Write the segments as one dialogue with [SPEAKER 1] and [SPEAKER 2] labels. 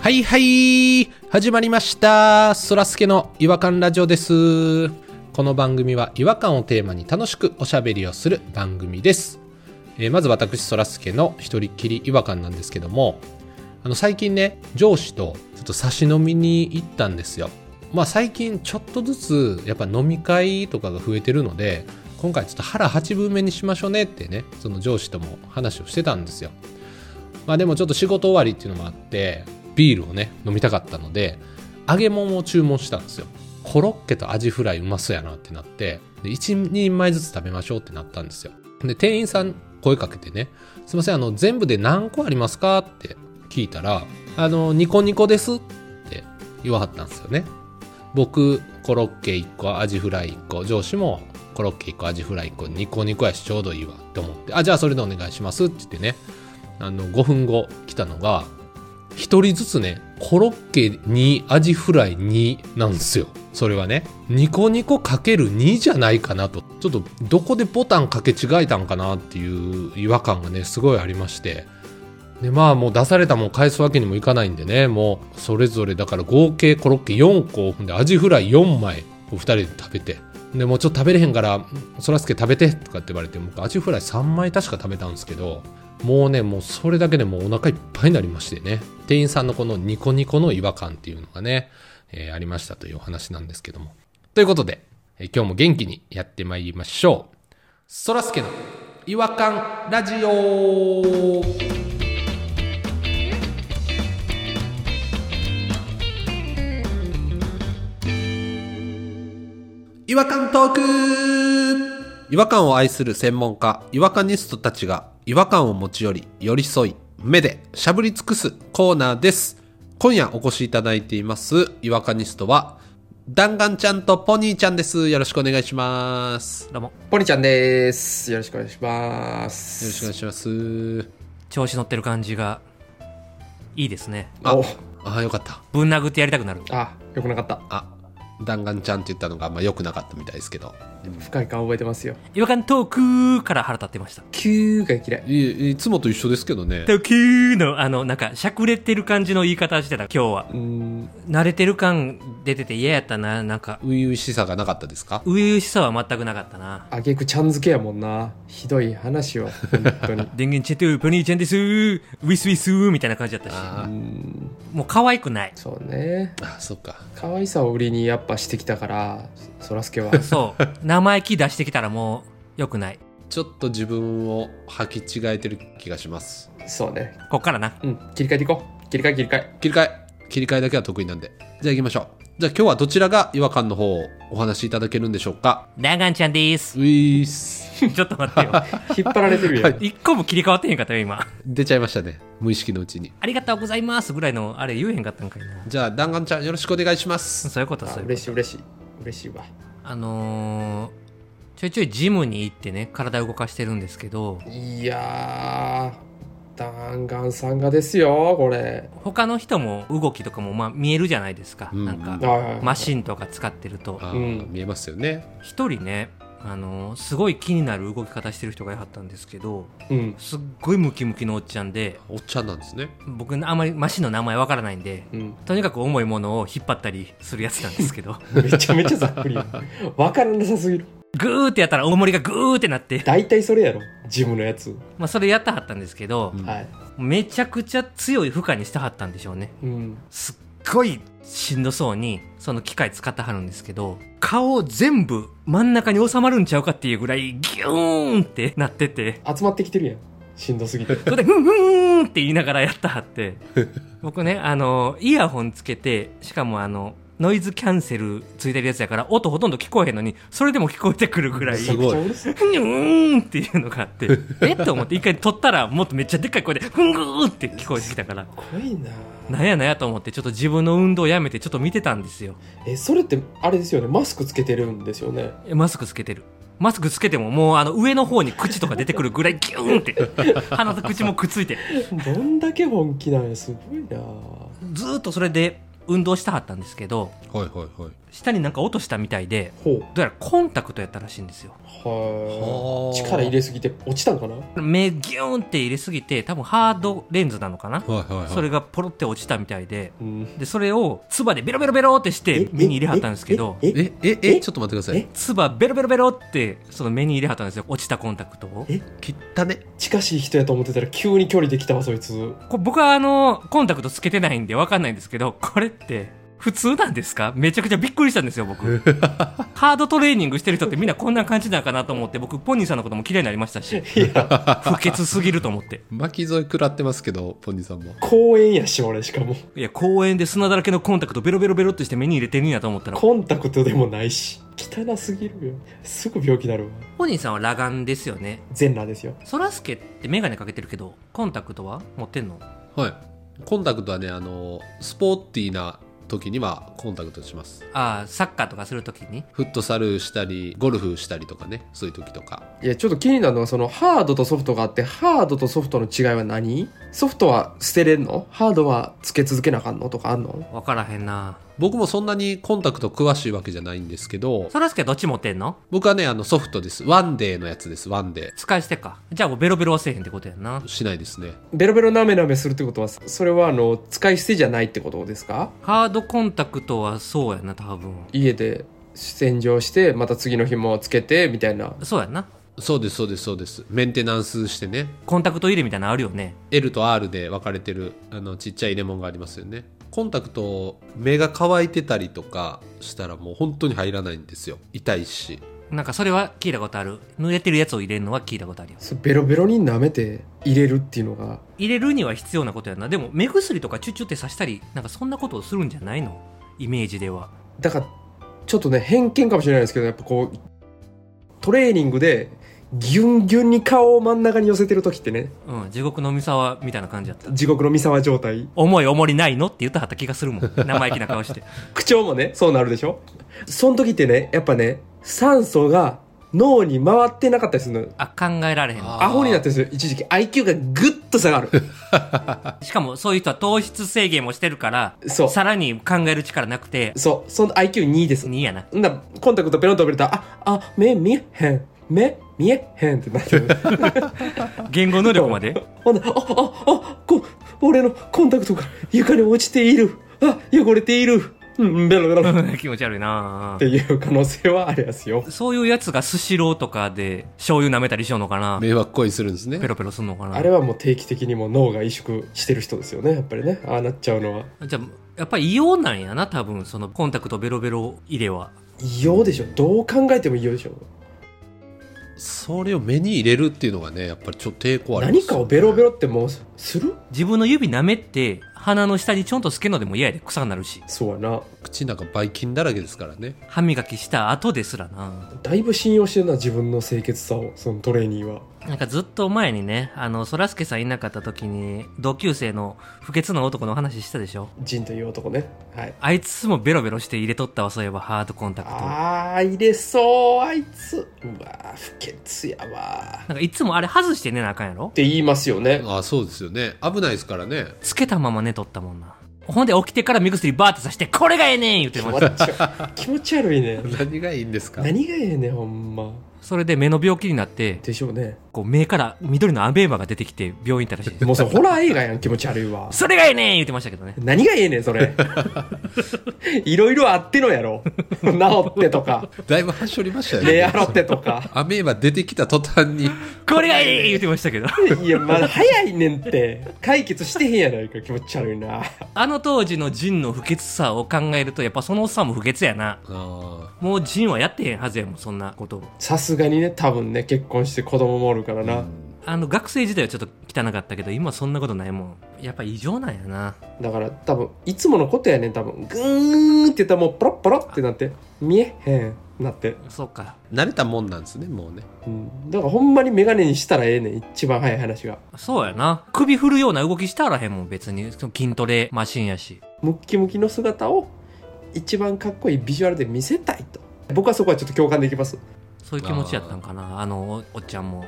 [SPEAKER 1] はいはい始まりましたそらすけの違和感ラジオですこの番組は違和感をテーマに楽しくおしゃべりをする番組です、えーまず私そらすけの一人っきり違和感なんですけどもあの最近ね上司とちょっと差し飲みに行ったんですよまあ最近ちょっとずつやっぱ飲み会とかが増えてるので今回ちょっと腹八分目にしましょうねってねその上司とも話をしてたんですよまあでもちょっと仕事終わりっていうのもあってビールをね飲みたかったので揚げ物を注文したんですよコロッケとアジフライうまそうやなってなってで1人前ずつ食べましょうってなったんですよで店員さん声かけてね「すいませんあの全部で何個ありますか?」って聞いたら「あのニコニコです」って言わはったんですよね僕コロッケ1個アジフライ1個上司もコロッケ1個アジフライ1個ニコニコやしちょうどいいわって思って「あじゃあそれでお願いします」って言ってねあの5分後来たのが1人ずつねコロッケ2アジフライ2なんですよそれはねニコニコかける2じゃないかなとちょっとどこでボタンかけ違えたんかなっていう違和感がねすごいありましてでまあもう出されたもん返すわけにもいかないんでねもうそれぞれだから合計コロッケ4個ほんでアジフライ4枚を2人で食べてでもうちょっと食べれへんから「そらすけ食べて」とかって言われて僕アジフライ3枚確か食べたんですけどもうねもうそれだけでもうお腹いっぱいになりましてね店員さんのこのニコニコの違和感っていうのがね、えーありましたというお話なんですけどもということで、えー今日も元気にやってまいりましょうそらすけの違和感ラジオ違和感トーク違和感を愛する専門家違和感ニストたちが違和感を持ち寄り寄り添い目でしゃぶり尽くすコーナーです今夜お越しいただいています違和感ニストは弾丸ちゃんとポニーちゃんですよろしくお願いしますよ
[SPEAKER 2] どうも
[SPEAKER 3] ポニちゃんです。よろしくお願いします。
[SPEAKER 1] ろしくお願いします
[SPEAKER 2] 調子乗ってる感じがいいですね
[SPEAKER 1] あ
[SPEAKER 3] お
[SPEAKER 1] あよかった
[SPEAKER 2] ぶん殴ってやりたくなる
[SPEAKER 3] あ、よくなかった。
[SPEAKER 1] あ弾丸ちゃんって言ったのがあんま良くなかったみたいですけど
[SPEAKER 3] 深い顔覚えてますよ。
[SPEAKER 2] 違和感トークから腹立ってました
[SPEAKER 3] キューが嫌い。
[SPEAKER 1] いいつもと一緒ですけどね
[SPEAKER 2] トークのあのなんかしゃくれてる感じの言い方してた今日は
[SPEAKER 3] うーん。
[SPEAKER 2] 慣れてる感出てて嫌やったななんか
[SPEAKER 1] 初々しさがなかったですか
[SPEAKER 2] 初々しさは全くなかったな
[SPEAKER 3] あげくちゃん付けやもんな。ひどい話を。本当に。
[SPEAKER 2] 電源チェットポニーちゃんですウィスウィスみたいな感じだったし
[SPEAKER 3] うー
[SPEAKER 1] あ
[SPEAKER 3] ん。
[SPEAKER 2] もう可愛くない
[SPEAKER 3] そうね。
[SPEAKER 1] ーあそっか
[SPEAKER 3] 可愛さを売りにやっぱしてきたから、そらすけは。う
[SPEAKER 2] そう生意気出してきたらもう良くない
[SPEAKER 1] ちょっと自分を履き違えてる気がします
[SPEAKER 3] そうね。
[SPEAKER 2] こっからな
[SPEAKER 3] うん。切り替えていこう。切り替え切り替え。
[SPEAKER 1] 切り替え切り替えだけは得意なんでじゃあ行きましょうじゃあ今日はどちらが違和感の方をお話しいただけるんでしょうか
[SPEAKER 2] 弾丸ちゃんです
[SPEAKER 1] ういーす
[SPEAKER 2] ちょっと待ってよ
[SPEAKER 3] 引っ張られてるよ。
[SPEAKER 1] はい
[SPEAKER 2] 一個も切り替わってへんかったよ今
[SPEAKER 1] 出ちゃいましたね無意識のうちに
[SPEAKER 2] ありがとうございますぐらいのあれ言えへんかったんかいな。
[SPEAKER 1] じゃあ弾丸ちゃんよろしくお願いします
[SPEAKER 2] そういうこと
[SPEAKER 3] あ
[SPEAKER 2] そういうこと。
[SPEAKER 3] 嬉しい嬉しい。嬉しいわ。
[SPEAKER 2] あのー、ちょいちょいジムに行ってね、体動かしてるんですけど、
[SPEAKER 3] いやー。弾丸さんがですよ、これ。
[SPEAKER 2] 他の人も動きとかもまあ見えるじゃないですか。
[SPEAKER 1] うん
[SPEAKER 2] なんか、
[SPEAKER 3] はいはいはい
[SPEAKER 2] マシンとか使ってると。
[SPEAKER 1] ああ、
[SPEAKER 3] うん
[SPEAKER 1] 見えますよね
[SPEAKER 2] 一人ね、あのー、すごい気になる動き方してる人がいはったんですけど、
[SPEAKER 3] うん。
[SPEAKER 2] すっごいムキムキのおっちゃんで、
[SPEAKER 1] おっちゃんなんですね
[SPEAKER 2] 僕あんまりマシンの名前わからないんで、
[SPEAKER 3] うん。
[SPEAKER 2] とにかく重いものを引っ張ったりするやつなんですけど、
[SPEAKER 3] めちゃめちゃざっくりやん。わからなさすぎる。
[SPEAKER 2] グーってやったら重りがグーってなって、
[SPEAKER 3] 大体それやろジムのやつ、
[SPEAKER 2] まあそれやったはったんですけど、
[SPEAKER 1] うん
[SPEAKER 3] はい、
[SPEAKER 2] めちゃくちゃ強い負荷にしてはったんでしょうね
[SPEAKER 3] うん、
[SPEAKER 2] すっごいしんどそうにその機械使ってはるんですけど顔全部真ん中に収まるんちゃうかっていうぐらいギューンってなってて
[SPEAKER 3] 集まってきてるやんしんどすぎて
[SPEAKER 2] それで「ふんふん」って言いながらやったはって僕ねあのイヤホンつけてしかもあのノイズキャンセルついてるやつやから音ほとんど聞こえへんのにそれでも聞こえてくるぐら い
[SPEAKER 1] すごい
[SPEAKER 3] めちゃくちゃうるさい
[SPEAKER 2] ふにゅーんっていうのがあってえっと思って一回撮ったらもっとめっちゃでっかい声でふんぐーって聞こえてきたから
[SPEAKER 3] 怖いな
[SPEAKER 2] なんやなんやと思ってちょっと自分の運動をやめてちょっと見てたんですよ
[SPEAKER 3] えそれってあれですよねマスクつけてるんですよね
[SPEAKER 2] えマスクつけてるマスクつけてももうあの上の方に口とか出てくるぐらいギューンって 鼻と口もくっついて
[SPEAKER 3] どんだけ本気なんやすごいな
[SPEAKER 2] ずーっとそれで運動したはったんですけど
[SPEAKER 1] はいはいはい
[SPEAKER 2] 下になんか落としたみたいで
[SPEAKER 3] ほ
[SPEAKER 2] どうやらコンタクトやったらしいんですよ
[SPEAKER 3] うは
[SPEAKER 1] は
[SPEAKER 3] あ
[SPEAKER 1] あ
[SPEAKER 3] 力入れすぎて落ちたんかな
[SPEAKER 2] 目ギューンって入れすぎて多分ハードレンズなのかな
[SPEAKER 1] はいはいはい
[SPEAKER 2] それがポロって落ちたみたいで
[SPEAKER 3] うん
[SPEAKER 2] でそれを唾でベロベロベロってして目に入れはったんですけど
[SPEAKER 3] ええ
[SPEAKER 1] えええ
[SPEAKER 3] え
[SPEAKER 1] ちょっと待ってください
[SPEAKER 3] え
[SPEAKER 2] 唾ベロベロベロってその目に入れはったんですよ落ちたコンタクトを
[SPEAKER 3] え
[SPEAKER 1] 切ったね
[SPEAKER 3] 近しい人やと思ってたら急に距離できたわそいつ
[SPEAKER 2] こ僕はあのコンタクトつけてないんで分かんないんですけどこれって普通なんですかめちゃくちゃびっくりしたんですよ 僕ハードトレーニングしてる人ってみんなこんな感じなのかなと思って僕ポニーさんのことも嫌いになりましたし
[SPEAKER 3] いや
[SPEAKER 2] 不潔すぎると思って
[SPEAKER 1] 巻き添え食らってますけどポニーさんも
[SPEAKER 3] 公園やし俺しかも
[SPEAKER 2] いや公園で砂だらけのコンタクトベロベロベロってして目に入れてるんやと思ったら
[SPEAKER 3] コンタクトでもないし汚すぎるよすぐ病気なるわ
[SPEAKER 2] ポニーさんは裸眼ですよね
[SPEAKER 3] 全裸ですよ
[SPEAKER 2] そらすけって眼鏡かけてるけどコンタクトは持ってんの
[SPEAKER 1] はいコンタクトはねあのスポーティーな時にはコンタクトします
[SPEAKER 2] ああサッカーとかするときに
[SPEAKER 1] フットサルしたりゴルフしたりとかねそういう時とか
[SPEAKER 3] いやちょっと気になるのはそのハードとソフトがあってハードとソフトの違いは何ソフトは捨てれんのハードはつけ続けなあかんのとかあんの
[SPEAKER 2] 分からへんな
[SPEAKER 1] 僕もそんなにコンタクト詳しいわけじゃないんですけど
[SPEAKER 2] そらすけはどっち持ってんの
[SPEAKER 1] 僕はねあのソフトですワンデーのやつですワンデ
[SPEAKER 2] 使い捨てかじゃあもうベロベロはせえへんってことやんな
[SPEAKER 1] ーしないですね
[SPEAKER 3] ベロベロなめなめするってことはそれはあの使い捨てじゃないってことですか
[SPEAKER 2] ハードコンタクトはそうやな多分
[SPEAKER 3] 家で洗浄してまた次の日もつけてみたいな
[SPEAKER 2] そうやな
[SPEAKER 1] そうですそうですそうですメンテナンスしてね
[SPEAKER 2] コンタクト入れみたいなのあるよね
[SPEAKER 1] L と R で分かれてるあのちっちゃい入れ物がありますよねコンタクト目が乾いてたりとかしたらもう本当に入らないんですよ痛いし
[SPEAKER 2] なんかそれは聞いたことある濡れてるやつを入れるのは聞いたことあるよ
[SPEAKER 3] そベロベロに舐めて入れるっていうのが
[SPEAKER 2] 入れるには必要なことやなでも目薬とかチュッチュって刺したりなんかそんなことをするんじゃないのイメージでは
[SPEAKER 3] だからちょっとね偏見かもしれないですけどやっぱこうトレーニングでギュンギュンに顔を真ん中に寄せてる時ってね
[SPEAKER 2] うん地獄の三沢みたいな感じやった
[SPEAKER 3] 地獄の三沢状態
[SPEAKER 2] 重い重りないのって言ったはった気がするもん生意気な顔して
[SPEAKER 3] 口調もねそうなるでしょその時ってねやっぱね酸素が脳に回ってなかったりするの
[SPEAKER 2] あ考えられへんわ
[SPEAKER 1] あー
[SPEAKER 3] アホになってるんですよ一時期 IQ がぐっと下がる
[SPEAKER 2] しかもそういう人は糖質制限もしてるから
[SPEAKER 3] そう
[SPEAKER 2] さらに考える力なくて
[SPEAKER 3] そうその IQ2 です
[SPEAKER 2] 2やなん
[SPEAKER 3] だコンタクトペロンとべれたらああ目見えへん目見えへんってなってる
[SPEAKER 2] 言語能力まで
[SPEAKER 3] ほんであああこ俺のコンタクトが床に落ちているあ汚れているうんベロベ ロっ
[SPEAKER 2] 気持ち悪いなぁ
[SPEAKER 3] ていう可能性はありますよ
[SPEAKER 2] そういうやつがスシローとかで醤油舐めたりしようのかな
[SPEAKER 1] 迷惑行為するんですね
[SPEAKER 2] ペロペロすんのかな
[SPEAKER 3] あれはもう定期的にもう脳が萎縮してる人ですよねやっぱりねああなっちゃうのは
[SPEAKER 2] じゃあやっぱり異様なんやな多分そのコンタクトベロベロ入れは
[SPEAKER 3] 異様でしょどう考えても異様でしょ
[SPEAKER 1] それを目に入れるっていうのがねやっぱりちょっと抵抗あります
[SPEAKER 3] 何かをベロベロってもうする
[SPEAKER 2] 自分の指舐めて鼻の下にちょんとつけるのでも嫌やで臭くなるし
[SPEAKER 3] そうやな
[SPEAKER 1] 口なんかばい菌だらけですからね
[SPEAKER 2] 歯磨きした後ですらな
[SPEAKER 3] だいぶ信用してるな自分の清潔さをそのトレーニーは
[SPEAKER 2] なんかずっと前にねあのそらすけさんいなかった時に同級生の不潔な男の話したでしょ
[SPEAKER 3] ジンという男ねはい
[SPEAKER 2] あいつもベロベロして入れとったわそういえばハードコンタクト
[SPEAKER 3] あー入れそうあいつうわー不潔やわーっ
[SPEAKER 2] なんかいつもあれ外して寝なあかんやろ
[SPEAKER 3] て言いますよね
[SPEAKER 1] あそうですよね危ないですからね
[SPEAKER 2] つけたまま寝とったもんなほんで起きてから目薬バーってさして「これがええねん!」言って
[SPEAKER 3] 気
[SPEAKER 2] ま
[SPEAKER 3] 持
[SPEAKER 2] し
[SPEAKER 3] ち
[SPEAKER 2] た
[SPEAKER 3] 悪い気持ち悪いね
[SPEAKER 1] 何がいいんですか
[SPEAKER 3] 何がええねんほんま
[SPEAKER 2] それで目の病気になって
[SPEAKER 3] でしょうね
[SPEAKER 2] こう目から緑のアベーバが出てきて病院行ったらしいです
[SPEAKER 3] もうそれホラー映画やん気持ち悪いわ
[SPEAKER 2] それがええねん言ってましたけどね
[SPEAKER 3] 何がええねんそ れいろいろあってのやろ治ってとか
[SPEAKER 1] だいぶはしょりましたよ
[SPEAKER 3] 目
[SPEAKER 1] ね
[SPEAKER 3] 洗ってとか
[SPEAKER 1] アメーバ出てきた途端 に
[SPEAKER 2] これがええ言ってましたけど
[SPEAKER 3] いやまだ早いねんって解決してへんやないか気持ち悪いな
[SPEAKER 2] あの当時のジンの不潔さを考えるとやっぱそのおっさんも不潔やな
[SPEAKER 1] あ
[SPEAKER 2] もうジンはやってへんはずやもんそんなことを
[SPEAKER 3] さすがにね多分ね結婚して子供もおるから
[SPEAKER 1] ー
[SPEAKER 3] な、
[SPEAKER 1] うん
[SPEAKER 2] あの学生時代はちょっと汚かったけど今そんなことないもんやっぱ異常なんやな
[SPEAKER 3] だから多分いつものことやねん多分グーンって言ったらもうポロッポロってなって見えへんなって、
[SPEAKER 2] そうか
[SPEAKER 1] 慣れたもんなんですねもうね
[SPEAKER 3] うん、だからほんまに眼鏡にしたらええねん一番早い話が
[SPEAKER 2] そうやな首振るような動きしてあらへんもん別にその筋トレマシンやし
[SPEAKER 3] ムッキムキの姿を一番かっこいいビジュアルで見せたいと僕はそこはちょっと共感できます
[SPEAKER 2] そういう気持ちやったんかなあのおおっちゃんも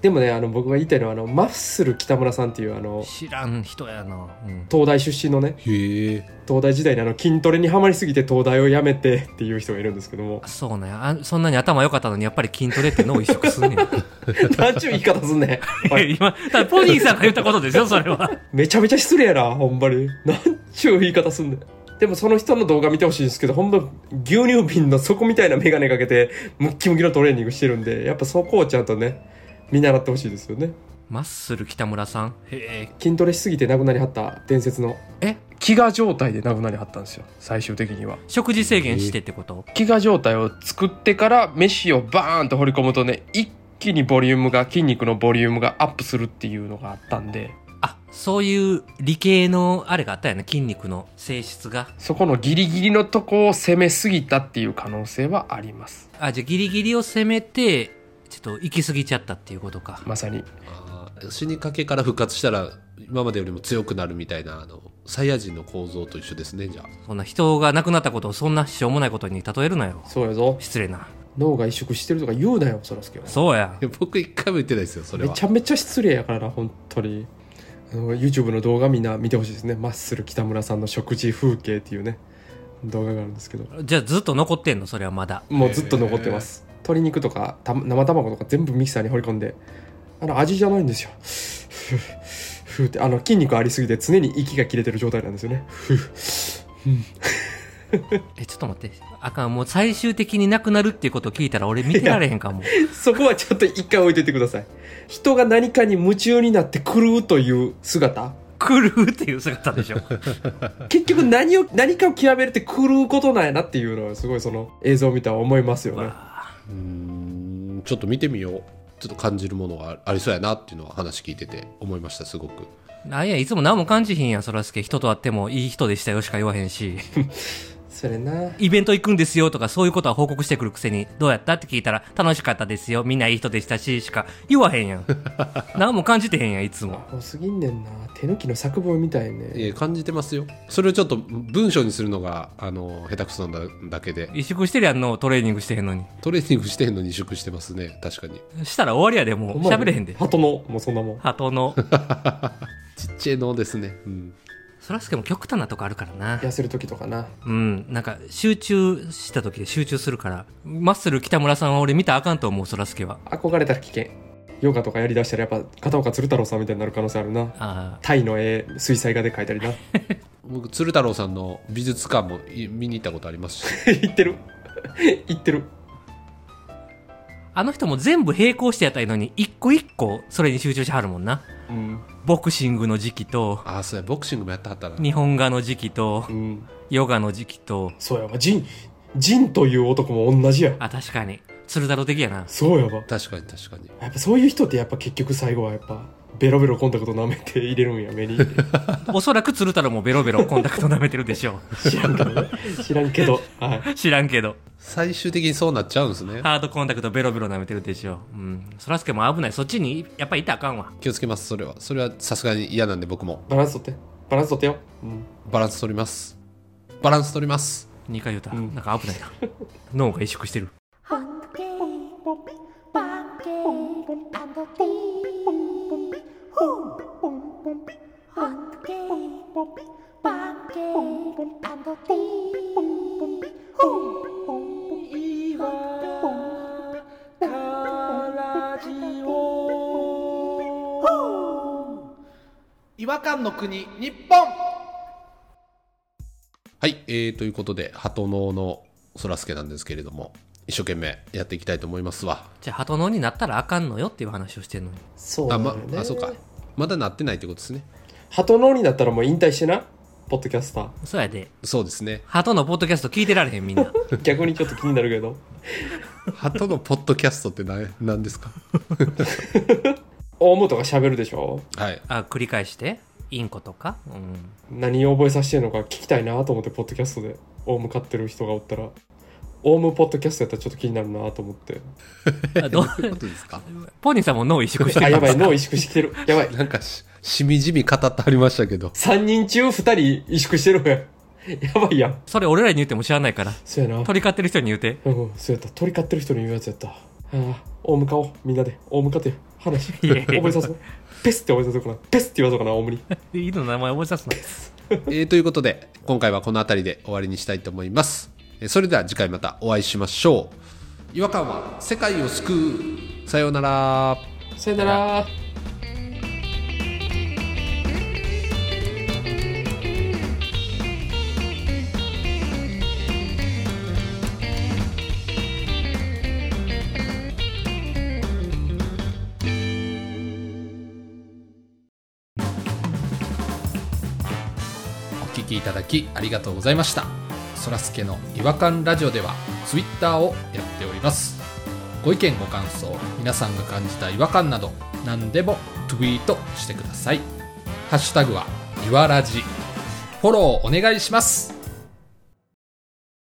[SPEAKER 3] でもねあの僕が言いたいのはあのマッスル北村さんっていうあの
[SPEAKER 2] 知らん人やな、うん
[SPEAKER 3] 東大出身のね
[SPEAKER 1] へえ。
[SPEAKER 3] 東大時代にあの筋トレにはまりすぎて東大を辞めてっていう人がいるんですけ ども
[SPEAKER 2] そうねあそんなに頭良かったのにやっぱり筋トレって脳移植すん ねん
[SPEAKER 3] 何ちゅう言い方すんねんおい
[SPEAKER 2] 今ただポニーさんが言ったことですよそれは
[SPEAKER 3] めちゃめちゃ失礼やなほんまに何ちゅう言い方すんねんでもその人の動画見てほしいんですけどほんま牛乳瓶の底みたいな眼鏡かけてムッキムキのトレーニングしてるんでやっぱそこをちゃんとね見習ってほしいですよね
[SPEAKER 2] マッスル北村さんへ
[SPEAKER 3] 筋トレしすぎて亡くなりはった伝説の
[SPEAKER 2] ええ
[SPEAKER 4] 飢餓状態で亡くなりはったんですよ最終的には
[SPEAKER 2] 食事制限してってこと
[SPEAKER 4] 飢餓状態を作ってから飯をバーンと掘り込むとね一気にボリュームが筋肉のボリュームがアップするっていうのがあったんで
[SPEAKER 2] あそういう理系のあれがあったよね筋肉の性質が
[SPEAKER 4] そこのギリギリのとこを攻めすぎたっていう可能性はあります
[SPEAKER 2] あじゃあギリギリを攻めてちょっと行き過ぎちゃったっていうことか
[SPEAKER 4] まさに
[SPEAKER 1] あー死にかけから復活したら、今までよりも強くなるみたいな、あの、サイヤ人の構造と一緒ですね、じゃあ。
[SPEAKER 2] そんな人が亡くなったことをそんなしょうもないことに例えるなよ
[SPEAKER 3] そうやぞ
[SPEAKER 2] 失礼な
[SPEAKER 3] 脳が移植してるとか言うなよそらすけは
[SPEAKER 2] そうや
[SPEAKER 1] いや僕一回も言ってないですよ、それ
[SPEAKER 3] め
[SPEAKER 1] は。
[SPEAKER 3] ちゃめちゃ失礼やからな本当にあの YouTube の動画みんな見てほしいですねマッスル北村さんの食事風景っていうね動画があるんですけど
[SPEAKER 2] じゃあずっと残ってんのそれはまだ
[SPEAKER 3] もうずっと残ってます鶏肉とかた生卵とか全部ミキサーに掘り込んであの味じゃないんですよ ふうふうってあの筋肉ありすぎて常に息が切れてる状態なんですよねふう
[SPEAKER 2] えちょっと待ってあかんもう最終的になくなるっていうことを聞いたら俺見てられへんかも
[SPEAKER 3] そこはちょっと一回置いといてください人が何かに夢中になって狂うという姿
[SPEAKER 2] 来るっていう姿 でしょ
[SPEAKER 3] 結局何を何かを極めるって狂うことなんやなっていうのはすごいその映像を見たら思いますよね
[SPEAKER 1] うーん、ちょっと見てみよう。ちょっと感じるものがありそうやなっていうのは話聞いてて思いました、すごく。
[SPEAKER 2] なんやいつも何も感じひんやんそらすけ人と会ってもいい人でしたよしか言わへんし
[SPEAKER 3] それな
[SPEAKER 2] イベント行くんですよとかそういうことは報告してくるくせにどうやったって聞いたら楽しかったですよみんないい人でしたししか言わへんや ん何も感じてへんやんいつも
[SPEAKER 3] 多すぎんねんな手抜きの作文みたいね
[SPEAKER 1] えー感じてますよ。それをちょっと文章にするのが、あの、下手くそなんだだけで、
[SPEAKER 2] 萎縮してるやんのトレーニングしてへんのに
[SPEAKER 1] トレーニングしてんのに萎縮してますね、確かに。
[SPEAKER 2] したら終わりやでもう
[SPEAKER 3] お前
[SPEAKER 2] 喋れへん で
[SPEAKER 3] 鳩のもうそんなもん
[SPEAKER 2] 鳩の
[SPEAKER 1] ちっちゃいのですね。うん。
[SPEAKER 2] そらすけも極端なとこあるからな
[SPEAKER 3] 痩せる時とかな
[SPEAKER 2] うんなんか集中した時で集中するからマッスル北村さんは俺見たらあかんと思うそらすけは
[SPEAKER 3] 憧れたら危険ヨガとかやりだしたらやっぱ片岡鶴太郎さんみたいになる可能性あるな
[SPEAKER 2] あ
[SPEAKER 3] タイの絵水彩画で描いたりな
[SPEAKER 1] 僕、鶴太郎さんの美術館もい見に行ったことありますし。
[SPEAKER 3] 言ってる 言ってる
[SPEAKER 2] ああの人も全部並行してやったらいいのに一個一個それに集中しはるもんな
[SPEAKER 3] うん、
[SPEAKER 2] ボクシングの時期と
[SPEAKER 1] ああ、そうや、ボクシングもやってはったな。
[SPEAKER 2] 日本画の時期と
[SPEAKER 3] うん、
[SPEAKER 2] ヨガの時期と
[SPEAKER 3] そうやわジンジンという男も同じや
[SPEAKER 2] あ確かに鶴太郎的やな
[SPEAKER 3] そうやわ
[SPEAKER 1] 確かに確かに。
[SPEAKER 3] やっぱそういう人ってやっぱ結局最後はやっぱベロベロコンタクト舐めて入れるんや目に
[SPEAKER 2] おそらく鶴太郎もベロベ ロコンタクト舐めてるでしょ
[SPEAKER 3] 知らんけどね知らんけど、はいう
[SPEAKER 2] 知らんけど
[SPEAKER 1] 最終的にそうなっちゃうんですね。
[SPEAKER 2] ハードコンタクトベロベロ舐めてるでしょう。うん。そらすけも危ない。そっちに、やっぱいたらあかんわ。
[SPEAKER 1] 気をつけます、それは。それはさすがに嫌なんで僕も。
[SPEAKER 3] バランス取ってバランス取ってよ、うん、
[SPEAKER 1] バランス取ります。バランス取ります。
[SPEAKER 2] 2回言うた。
[SPEAKER 3] うん
[SPEAKER 2] なんか危ないな。脳が萎縮してる。
[SPEAKER 5] Hungry.
[SPEAKER 6] 違和感の国日本
[SPEAKER 1] はい、えー、ということで、鳩脳のそらすけなんですけれども、一生懸命やっていきたいと思いますわ。
[SPEAKER 2] じゃあ、鳩脳になったらあかんのよっていう話をしてんのに。
[SPEAKER 3] そう
[SPEAKER 1] あ、
[SPEAKER 3] だ
[SPEAKER 1] ま
[SPEAKER 3] よね、
[SPEAKER 1] あ、そうか。まだなってないってことですね。
[SPEAKER 3] 鳩の王になったらもう引退してなポッドキャスタ
[SPEAKER 2] そうやで。
[SPEAKER 1] そうですね。
[SPEAKER 2] 鳩のポッドキャスト聞いてられへん、みん な。
[SPEAKER 3] ー逆にちょっと気になるけど
[SPEAKER 1] 鳩のポッドキャストってな何ですか
[SPEAKER 3] オウムとか喋るでしょ
[SPEAKER 1] はい。
[SPEAKER 2] あ、繰り返して。インコとか。うん。
[SPEAKER 3] 何を覚えさせてるのか聞きたいなと思ってポッドキャストでオウム飼ってる人がおったらオウムポッドキャストやったらちょっと気になるなと思って
[SPEAKER 2] あど
[SPEAKER 1] ど
[SPEAKER 2] う
[SPEAKER 1] ういうことですか
[SPEAKER 2] ポニーさんも脳萎縮して
[SPEAKER 3] あ
[SPEAKER 2] る。
[SPEAKER 3] やばい脳萎縮してきてるやばい
[SPEAKER 1] なんかし、しみじみ語ってありましたけど。
[SPEAKER 3] 3人中2人萎縮してるやばいやん
[SPEAKER 2] それ俺らに言っても知らないから。
[SPEAKER 3] そうやな
[SPEAKER 2] 鳥飼ってる人に言うて。
[SPEAKER 3] うんそうやった鳥飼ってる人に言うやつやったはあオウム飼おうみんなでオウム飼ってよ話
[SPEAKER 2] いやいや
[SPEAKER 3] 覚えさせようペスって覚えさせようかなペスって言わそうかな大森
[SPEAKER 2] 犬の名前覚えさすな。
[SPEAKER 1] えーということで、今回はこの辺りで終わりにしたいと思います。えーそれでは次回またお会いしましょう。違和感は世界を救う。さようなら。
[SPEAKER 3] さよなら
[SPEAKER 1] お聞きいただきありがとうございましたそらすけの違和感ラジオではツイッターをやっておりますご意見ご感想皆さんが感じた違和感など何でもツイートしてくださいハッシュタグはいわらじフォローお願いします